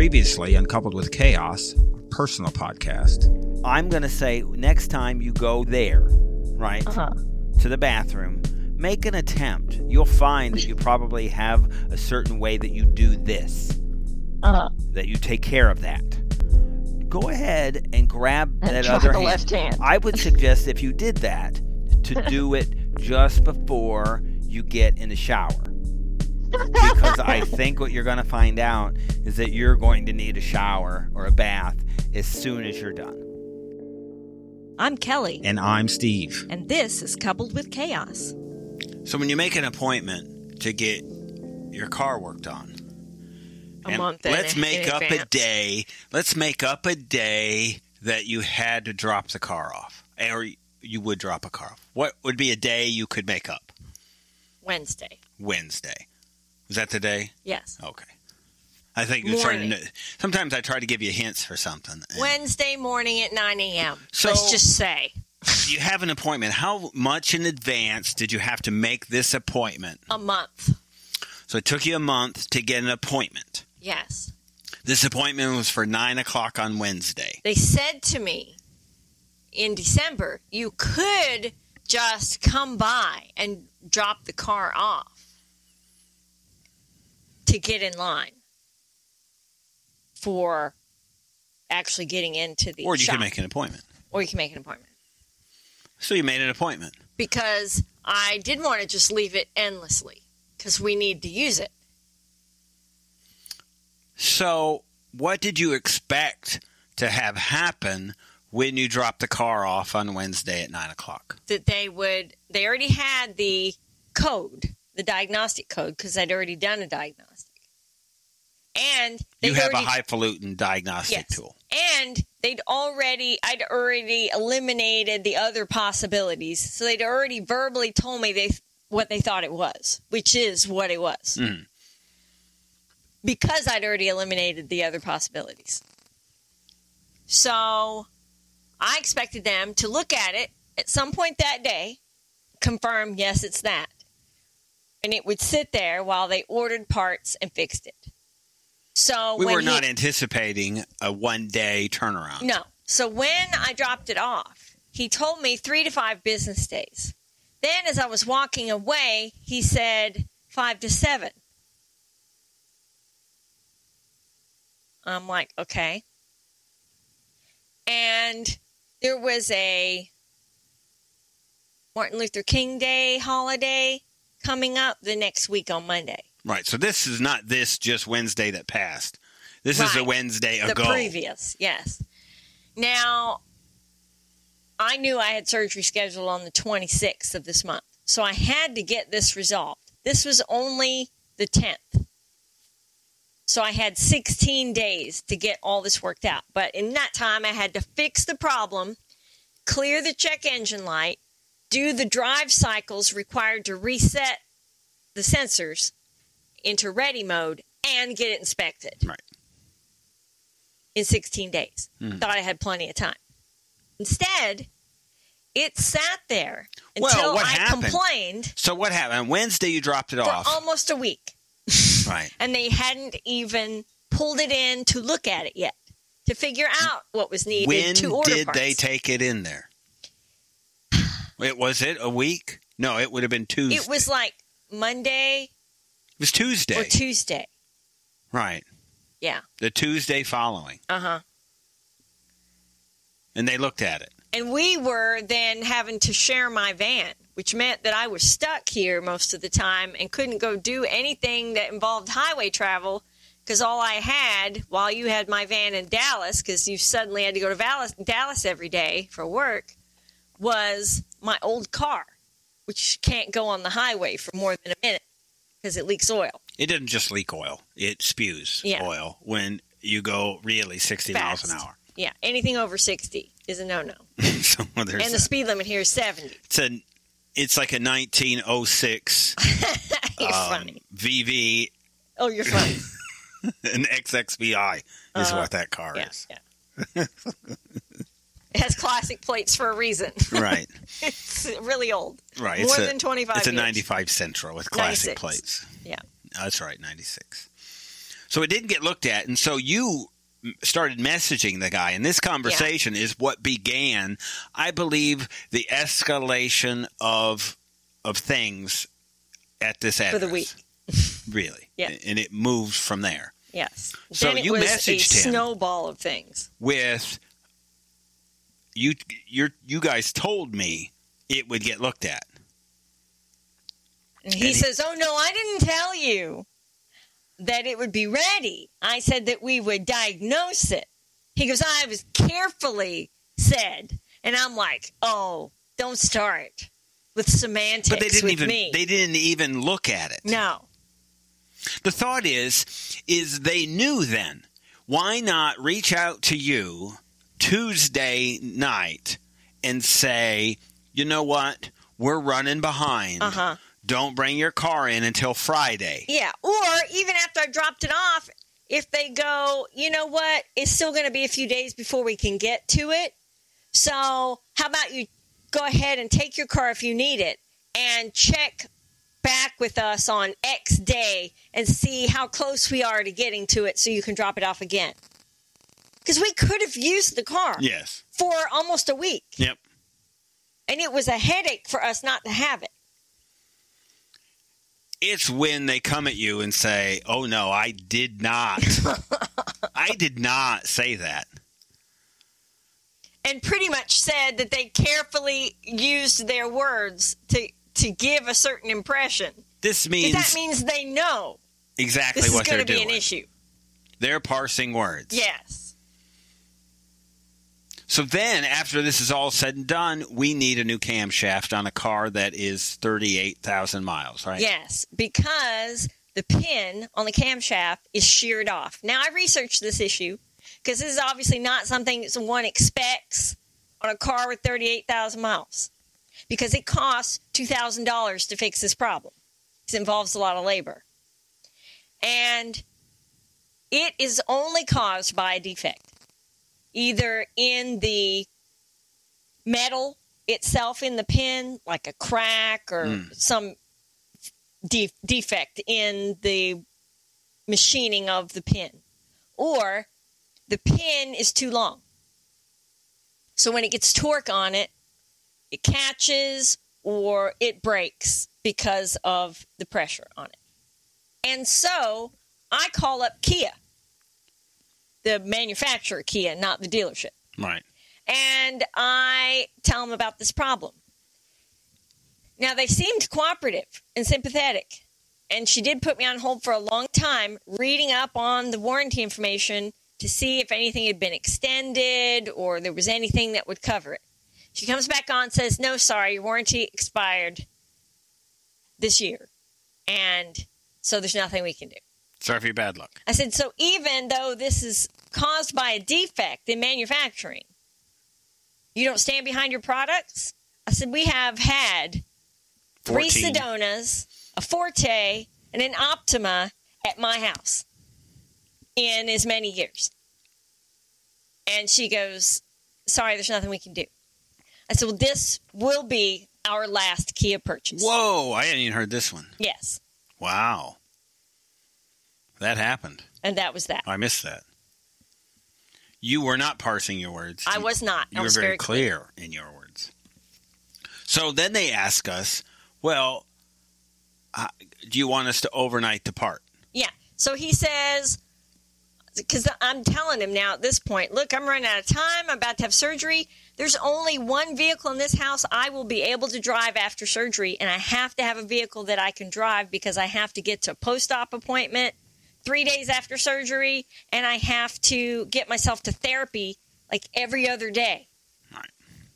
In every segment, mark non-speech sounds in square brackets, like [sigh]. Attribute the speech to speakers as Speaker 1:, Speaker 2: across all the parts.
Speaker 1: Previously, Uncoupled with Chaos, a personal podcast.
Speaker 2: I'm going to say next time you go there, right,
Speaker 3: Uh-huh.
Speaker 2: to the bathroom, make an attempt. You'll find that you probably have a certain way that you do this,
Speaker 3: Uh-huh.
Speaker 2: that you take care of that. Go ahead and grab
Speaker 3: And
Speaker 2: that
Speaker 3: try
Speaker 2: other
Speaker 3: the
Speaker 2: hand.
Speaker 3: left hand.
Speaker 2: I would suggest if you did that, to do it just before you get in the shower. because
Speaker 3: [laughs]
Speaker 2: I think what you're going to find out is that you're going to need a shower or a bath as soon as you're done.
Speaker 4: I'm Kelly,
Speaker 1: And I'm Steve.
Speaker 4: and this is Coupled with Chaos.
Speaker 1: So, when you make an appointment to get your car worked on,
Speaker 3: A
Speaker 1: and
Speaker 3: month in
Speaker 1: let's
Speaker 3: a-
Speaker 1: make
Speaker 3: in
Speaker 1: up a
Speaker 3: advance.
Speaker 1: day. Let's make up a day that you had to drop the car off, or you would drop a car off. What would be a day you could make up?
Speaker 4: Wednesday.
Speaker 1: Wednesday. Was that the day?
Speaker 4: Yes.
Speaker 1: Okay. I think you're trying to.
Speaker 4: Morning.
Speaker 1: kn- Sometimes I try to give you hints for something. and
Speaker 4: Wednesday morning at 9 a.m.
Speaker 1: So-
Speaker 4: Let's just say
Speaker 1: you have an appointment. How much in advance did you have to make this appointment?
Speaker 4: a month.
Speaker 1: So it took you a month to get an appointment.
Speaker 4: Yes.
Speaker 1: This appointment was for nine o'clock on Wednesday.
Speaker 4: They said to me in December, you could just come by and drop the car off to get in line for actually getting into the
Speaker 1: Or you
Speaker 4: shop.
Speaker 1: could make an appointment.
Speaker 4: or you can make an appointment.
Speaker 1: So you made an appointment.
Speaker 4: because I did want to just leave it endlessly because we need to use it.
Speaker 1: So, what did you expect to have happen when you dropped the car off on Wednesday at nine o'clock?
Speaker 4: That they would, they already had the code, the diagnostic code, because I'd already done a diagnostic. And they
Speaker 1: you have
Speaker 4: already,
Speaker 1: a highfalutin diagnostic
Speaker 4: Yes.
Speaker 1: tool.
Speaker 4: and they'd already, I'd already eliminated the other possibilities. So they'd already verbally told me they what they thought it was, which is what it was.
Speaker 1: Mm.
Speaker 4: because I'd already eliminated the other possibilities. So I expected them to look at it at some point that day, confirm, yes, it's that. And it would sit there while they ordered parts and fixed it. So
Speaker 1: We
Speaker 4: when
Speaker 1: were not
Speaker 4: he,
Speaker 1: anticipating a one day turnaround.
Speaker 4: No. So when I dropped it off, he told me three to five business days. Then as I was walking away, he said five to seven. I'm like, okay. And there was a Martin Luther King Day holiday coming up the next week on Monday.
Speaker 1: Right. So, this is not this just Wednesday that passed. This is a
Speaker 4: Right.
Speaker 1: Wednesday
Speaker 4: the
Speaker 1: ago.
Speaker 4: previous, yes. Now, I knew I had surgery scheduled on the 26th of this month, so I had to get this resolved. This was only the 10th. So I had 16 days to get all this worked out. But in that time, I had to fix the problem, clear the check engine light, do the drive cycles required to reset the sensors into ready mode, and get it inspected
Speaker 1: Right. Hmm.
Speaker 4: in 16 days. Thought I had plenty of time. Instead, it sat there
Speaker 1: Well,
Speaker 4: until
Speaker 1: what
Speaker 4: I
Speaker 1: happened?
Speaker 4: complained
Speaker 1: So, what happened? On Wednesday, you dropped it
Speaker 4: for
Speaker 1: off.
Speaker 4: almost a week,
Speaker 1: right.
Speaker 4: and they hadn't even pulled it in to look at it yet to figure out what was needed
Speaker 1: When
Speaker 4: to order
Speaker 1: did
Speaker 4: parts.
Speaker 1: they take it in there? It was it a week? No, it would have been Tuesday.
Speaker 4: it was like Monday
Speaker 1: It was Tuesday.
Speaker 4: or Tuesday.
Speaker 1: right.
Speaker 4: Yeah.
Speaker 1: The Tuesday following.
Speaker 4: Uh huh.
Speaker 1: And they looked at it.
Speaker 4: And we were then having to share my van, which meant that I was stuck here most of the time and couldn't go do anything that involved highway travel because all I had while you had my van in Dallas, because you suddenly had to go to Dallas, Dallas every day for work, was my old car, which can't go on the highway for more than a minute because it leaks oil.
Speaker 1: It doesn't just leak oil. It spews
Speaker 4: Yeah.
Speaker 1: oil when you go really 60 miles an
Speaker 4: Fast.
Speaker 1: hour. [laughs]
Speaker 4: Yeah, anything over 60 is a no no.
Speaker 1: so there's
Speaker 4: And the
Speaker 1: that.
Speaker 4: speed limit here is [laughs] 70.
Speaker 1: it's a it's like a 1906
Speaker 4: [laughs] You're
Speaker 1: um,
Speaker 4: funny.
Speaker 1: VV
Speaker 4: Oh, you're funny.
Speaker 1: an XXVI is
Speaker 4: Uh-huh.
Speaker 1: what that car
Speaker 4: Yeah,
Speaker 1: is.
Speaker 4: yeah. it has classic plates for a reason. [laughs]
Speaker 1: Right.
Speaker 4: It's really old.
Speaker 1: Right.
Speaker 4: [laughs] More
Speaker 1: it's a,
Speaker 4: than 25
Speaker 1: It's a
Speaker 4: years.
Speaker 1: 95 Central with classic
Speaker 4: 96.
Speaker 1: plates.
Speaker 4: Yeah.
Speaker 1: That's right, 96. So it didn't get looked at, and so you m- started messaging the guy, and this conversation is what began, I believe, the escalation of of things at this address
Speaker 4: For the week.
Speaker 1: Really,
Speaker 4: [laughs] Yeah.
Speaker 1: A- and it moved from there
Speaker 4: Yes.
Speaker 1: So
Speaker 4: then it
Speaker 1: you
Speaker 4: was a
Speaker 1: messaged him.
Speaker 4: snowball of things.
Speaker 1: with you. You you guys told me it would get looked at.
Speaker 4: And he
Speaker 1: And he-
Speaker 4: says, "Oh no, I didn't tell you that it would be ready. I said that we would diagnose it." He goes, "I was carefully said," and I'm like, "Oh, don't start with semantics
Speaker 1: But they didn't
Speaker 4: with
Speaker 1: even
Speaker 4: me."
Speaker 1: they didn't even look at it.
Speaker 4: no,
Speaker 1: The thought is is they knew then. Why not reach out to you Tuesday night and say, "You know what? We're running behind.
Speaker 4: uh huh,
Speaker 1: Don't bring your car in until Friday."
Speaker 4: yeah. Or even after I dropped it off, if they go, you know what? It's still going to be a few days before we can get to it. So how about you go ahead and take your car if you need it and check back with us on X day and see how close we are to getting to it so you can drop it off again. Because we could have used the car
Speaker 1: Yes.
Speaker 4: for almost a week
Speaker 1: Yep.
Speaker 4: and it was a headache for us not to have it.
Speaker 1: It's when they come at you and say, "Oh no, I did
Speaker 4: [laughs]
Speaker 1: not. I did not say that."
Speaker 4: and pretty much said that they carefully used their words to to give a certain impression.
Speaker 1: This
Speaker 4: 'Cause
Speaker 1: means
Speaker 4: that means they know
Speaker 1: exactly
Speaker 4: this is
Speaker 1: what
Speaker 4: going
Speaker 1: they're
Speaker 4: to be an
Speaker 1: doing.
Speaker 4: issue.
Speaker 1: They're parsing words.
Speaker 4: Yes.
Speaker 1: So then, after this is all said and done, we need a new camshaft on a car that is 38,000 miles, right?
Speaker 4: Yes, because the pin on the camshaft is sheared off. Now, I researched this issue because this is obviously not something that one expects on a car with 38,000 miles because it costs $2,000 to fix this problem. It involves a lot of labor. And it is only caused by a defect, either in the metal itself in the pin, like a crack or
Speaker 1: Mm.
Speaker 4: some de- defect in the machining of the pin, or the pin is too long. So when it gets torque on it, it catches or it breaks because of the pressure on it. And so I call up Kia, the manufacturer Kia, not the dealership
Speaker 1: Right.
Speaker 4: and I tell them about this problem. Now, they seemed cooperative and sympathetic, and she did put me on hold for a long time reading up on the warranty information to see if anything had been extended or there was anything that would cover it. She comes back on and says, No, sorry, your warranty expired this year, and so there's nothing we can do.
Speaker 1: Sorry for your bad luck.
Speaker 4: I said, so even though this is caused by a defect in manufacturing, you don't stand behind your products? I said, we have had three
Speaker 1: 14.
Speaker 4: Sedonas, a Forte, and an Optima at my house in as many years. And she goes, sorry, there's nothing we can do. I said, well, this will be our last Kia purchase.
Speaker 1: Whoa, I hadn't even heard this one.
Speaker 4: Yes.
Speaker 1: Wow. That happened.
Speaker 4: And that was that.
Speaker 1: I missed that. You were not parsing your words.
Speaker 4: I was not.
Speaker 1: You
Speaker 4: I
Speaker 1: were
Speaker 4: was
Speaker 1: very, clear, in your words. So then they ask us, well, uh, do you want us to overnight the part?
Speaker 4: Yeah. So he says, because I'm telling him now at this point, look, I'm running out of time. I'm about to have surgery. There's only one vehicle in this house I will be able to drive after surgery, and I have to have a vehicle that I can drive because I have to get to a post op appointment three days after surgery, and I have to get myself to therapy like every other day.
Speaker 1: Right.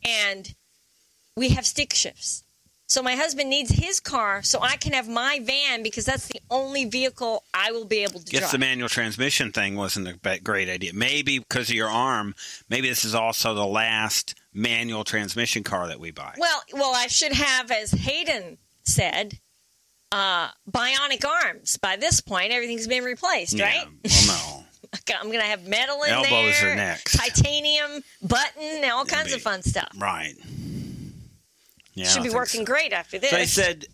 Speaker 4: And we have stick shifts. So my husband needs his car so I can have my van because that's the only vehicle I will be able to
Speaker 1: guess
Speaker 4: drive.
Speaker 1: the manual transmission thing wasn't a ba- great idea. Maybe because of your arm, maybe this is also the last manual transmission car that we buy.
Speaker 4: Well, well, I should have, as Hayden said, uh, bionic arms. By this point, everything's been replaced,
Speaker 1: Yeah,
Speaker 4: right? [laughs]
Speaker 1: well,
Speaker 4: I'm gonna have metal in
Speaker 1: Elbows
Speaker 4: there,
Speaker 1: are next.
Speaker 4: titanium button, and all kinds
Speaker 1: be-
Speaker 4: of fun stuff.
Speaker 1: no. right. Yeah, I
Speaker 4: should
Speaker 1: don't
Speaker 4: be
Speaker 1: think
Speaker 4: working
Speaker 1: so.
Speaker 4: great after this.
Speaker 1: So I said,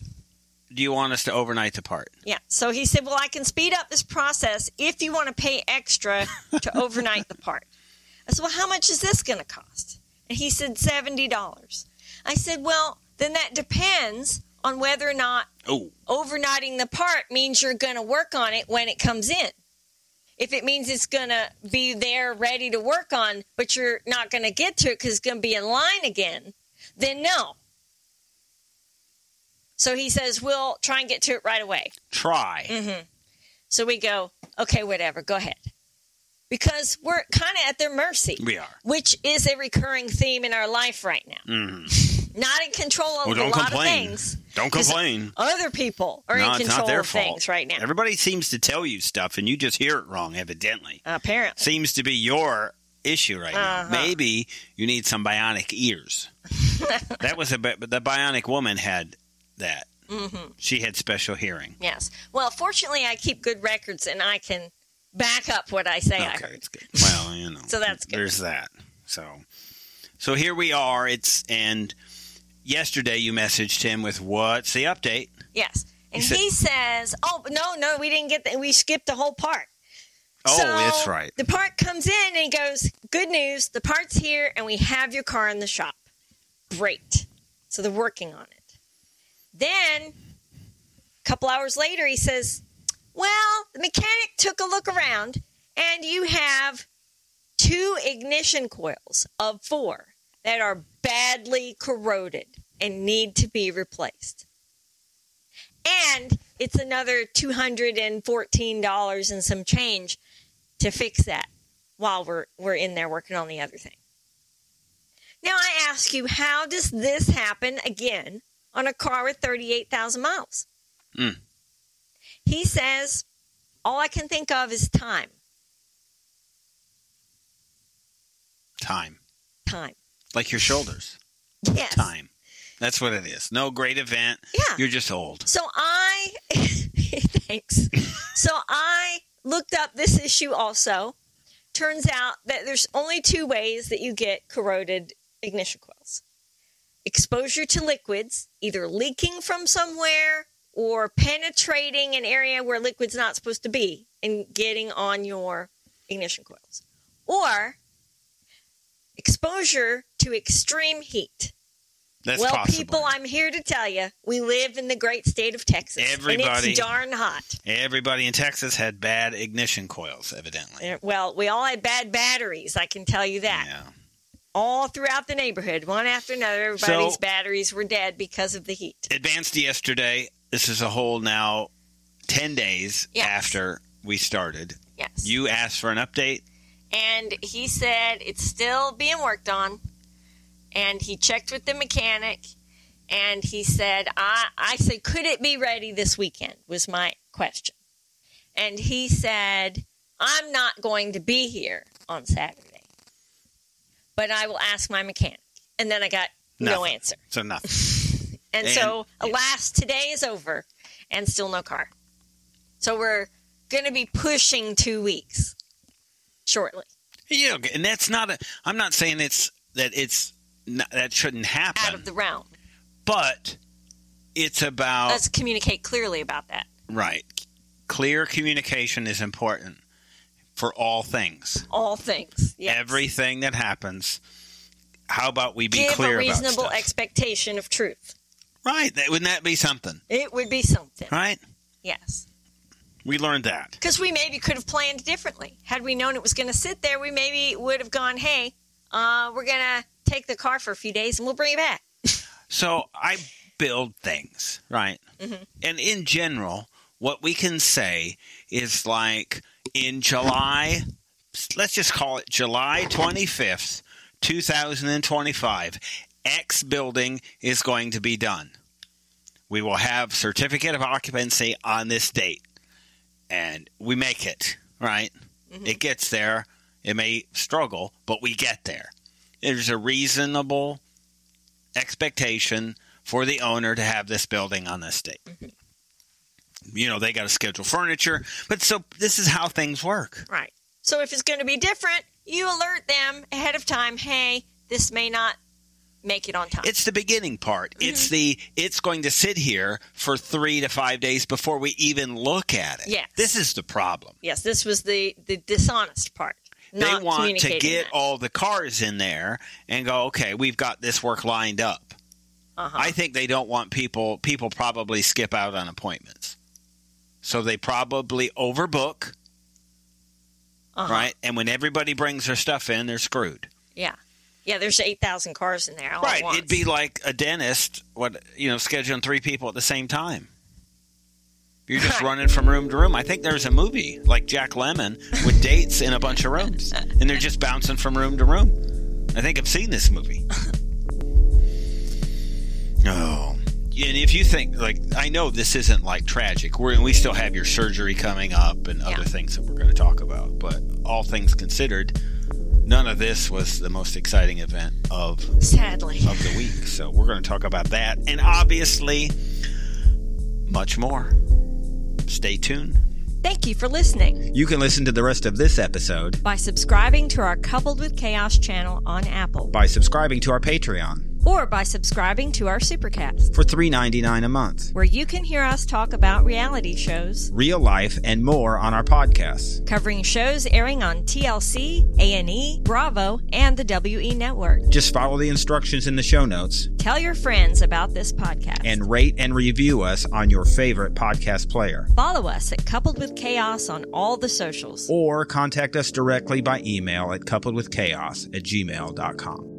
Speaker 1: do you want us to overnight the part?
Speaker 4: Yeah. So he said, Well, I can speed up this process if you want to pay extra
Speaker 1: [laughs]
Speaker 4: to overnight the part. I said, Well, how much is this going to cost? And he said, $70. I said, Well, then that depends on whether or not
Speaker 1: Oh,
Speaker 4: overnighting the part means you're going to work on it when it comes in. If it means it's going to be there ready to work on, but you're not going to get to it because it's going to be in line again, then no. So he says, We'll try and get to it right away.
Speaker 1: try.
Speaker 4: Mm-hmm. So we go, okay, whatever, go ahead. Because we're kind of at their mercy,
Speaker 1: We are.
Speaker 4: which is a recurring theme in our life right now.
Speaker 1: hmm
Speaker 4: Not in control of
Speaker 1: Well,
Speaker 4: a
Speaker 1: don't
Speaker 4: lot
Speaker 1: complain.
Speaker 4: of things.
Speaker 1: Don't
Speaker 4: Is-
Speaker 1: complain.
Speaker 4: Other people are
Speaker 1: no,
Speaker 4: in
Speaker 1: it's not
Speaker 4: control
Speaker 1: their
Speaker 4: of
Speaker 1: fault.
Speaker 4: things right now.
Speaker 1: Everybody seems to tell you stuff, and you just hear it wrong. Evidently,
Speaker 4: Apparently.
Speaker 1: seems to be your issue right
Speaker 4: Uh-huh.
Speaker 1: now. Maybe you need some bionic
Speaker 4: [laughs]
Speaker 1: ears. that was a bit, but the bionic woman had that.
Speaker 4: Mm-hmm.
Speaker 1: She had special hearing.
Speaker 4: Yes. Well, fortunately, I keep good records and I can back up what I say I
Speaker 1: okay,
Speaker 4: heard.
Speaker 1: it's
Speaker 4: [laughs]
Speaker 1: good. Well, you know.
Speaker 4: So that's good.
Speaker 1: There's that. So, so here we are. It's and yesterday you messaged him with what's the update?
Speaker 4: Yes. And
Speaker 1: said-
Speaker 4: he says, oh, but no, no, we didn't get that. We skipped the whole part.
Speaker 1: Oh,
Speaker 4: So,
Speaker 1: that's right.
Speaker 4: The part comes in and he goes, Good news, the part's here and we have your car in the shop. Great. So they're working on it. Then a couple hours later, he says, Well, the mechanic took a look around and you have two ignition coils of four that are badly corroded and need to be replaced. And it's another $214 and some change to fix that while we're we're in there working on the other thing. Now I ask you, how does this happen again on a car with 38,000 miles?
Speaker 1: Mm.
Speaker 4: He says, all I can think of is time,
Speaker 1: Time,
Speaker 4: time.
Speaker 1: like your shoulders.
Speaker 4: Yes.
Speaker 1: Time. That's what it is. No great event.
Speaker 4: Yeah.
Speaker 1: You're just old.
Speaker 4: So I, [laughs] thanks. So I looked up this issue also. Turns out that there's only two ways that you get corroded ignition coils exposure to liquids, either leaking from somewhere or penetrating an area where liquid's not supposed to be and getting on your ignition coils, or exposure to extreme heat
Speaker 1: That's
Speaker 4: well,
Speaker 1: possible.
Speaker 4: people, I'm here to tell you, we live in the great state of Texas. And
Speaker 1: Everybody-
Speaker 4: it's darn hot.
Speaker 1: Everybody in Texas had bad ignition coils, evidently.
Speaker 4: Uh, Well, we all had bad batteries, I can tell you that.
Speaker 1: Yeah.
Speaker 4: All throughout the neighborhood, one after another, everybody's
Speaker 1: So-
Speaker 4: batteries were dead because of the heat.
Speaker 1: Advanced yesterday. This is a whole now 10 days
Speaker 4: Yes.
Speaker 1: after we started.
Speaker 4: Yes.
Speaker 1: You asked for an update.
Speaker 4: and he said it's still being worked on. And he checked with the mechanic and he said, I, I said, could it be ready this weekend? Was my question. And he said, I'm not going to be here on Saturday, but I will ask my mechanic. And then I got no
Speaker 1: Nothing.
Speaker 4: answer.
Speaker 1: So nothing.
Speaker 4: [laughs] And,
Speaker 1: And-
Speaker 4: so, alas, today is over and still no car. So we're going to be pushing two weeks shortly.
Speaker 1: You know, and that's not a. I'm not saying it's that it's not, that shouldn't happen,
Speaker 4: out of the realm.
Speaker 1: but it's about
Speaker 4: Let's communicate clearly about that.
Speaker 1: right. Clear communication is important for all things.
Speaker 4: All things. Yes.
Speaker 1: Everything that happens. How about we be
Speaker 4: give
Speaker 1: clear
Speaker 4: a reasonable
Speaker 1: about stuff?
Speaker 4: expectation of truth.
Speaker 1: right? That, wouldn't that be something?
Speaker 4: It would be something.
Speaker 1: Right?
Speaker 4: Yes.
Speaker 1: We learned that.
Speaker 4: Because we maybe could have planned differently. Had we known it was going to sit there, we maybe would have gone, "Hey, uh, we're going to take the car for a few days and we'll bring it back."
Speaker 1: So I build things, right? And in general, what we can say is like in July, let's just call it July 25th, 2025, X building is going to be done. We will have certificate of occupancy on this date. And we make it, right? It gets there. It may struggle, but we get there. There's a reasonable expectation for the owner to have this building on this date.
Speaker 4: Mm-hmm.
Speaker 1: You know, they got to schedule furniture, but so this is how things work.
Speaker 4: Right. So if it's going to be different, you alert them ahead of time. Hey, this may not make it on time.
Speaker 1: It's the beginning part.
Speaker 4: Mm-hmm.
Speaker 1: It's the it's going to sit here for 3 to 5 days before we even look at it.
Speaker 4: Yes.
Speaker 1: This is the problem.
Speaker 4: yes, this was the the dishonest part. Not
Speaker 1: they want to
Speaker 4: communicating
Speaker 1: get
Speaker 4: that.
Speaker 1: all the cars in there and go, "Okay, we've got this work lined up."
Speaker 4: Uh-huh.
Speaker 1: I think they don't want people people probably skip out on appointments. So they probably overbook,
Speaker 4: Uh-huh.
Speaker 1: right? And when everybody brings their stuff in, they're screwed.
Speaker 4: Yeah. Yeah, there's 8,000 cars in there. All
Speaker 1: right.
Speaker 4: At once.
Speaker 1: It'd be like a dentist, what you know, scheduling three people at the same time. You're just
Speaker 4: Right.
Speaker 1: running from room to room. I think there's a movie like Jack Lemon with dates in a bunch of rooms, and they're just bouncing from room to room. I think I've seen this
Speaker 4: [laughs]
Speaker 1: movie. No. Oh. And if you think like I know this isn't like tragic, we we still have your surgery coming up and other
Speaker 4: Yeah.
Speaker 1: things that we're going to talk about. But all things considered, none of this was the most exciting event of
Speaker 4: Sadly.
Speaker 1: of the week. So we're going to talk about that and obviously much more. Stay tuned.
Speaker 4: Thank you for listening.
Speaker 1: You can listen to the rest of this episode
Speaker 4: By subscribing to our Coupled with Chaos channel on Apple
Speaker 1: by subscribing to our Patreon
Speaker 4: or by subscribing to our Supercast,
Speaker 1: for $3.99 a month.
Speaker 4: where you can hear us talk about reality shows,
Speaker 1: Real life and more on our podcasts.
Speaker 4: covering shows airing on TLC, A&E, E, Bravo, and the WE network.
Speaker 1: Just follow the instructions in the show notes
Speaker 4: Tell your friends about this podcast.
Speaker 1: and rate and review us on your favorite podcast player.
Speaker 4: follow us at Coupled with Chaos on all the socials.
Speaker 1: Or contact us directly by email at coupledwithchaos at gmail.com.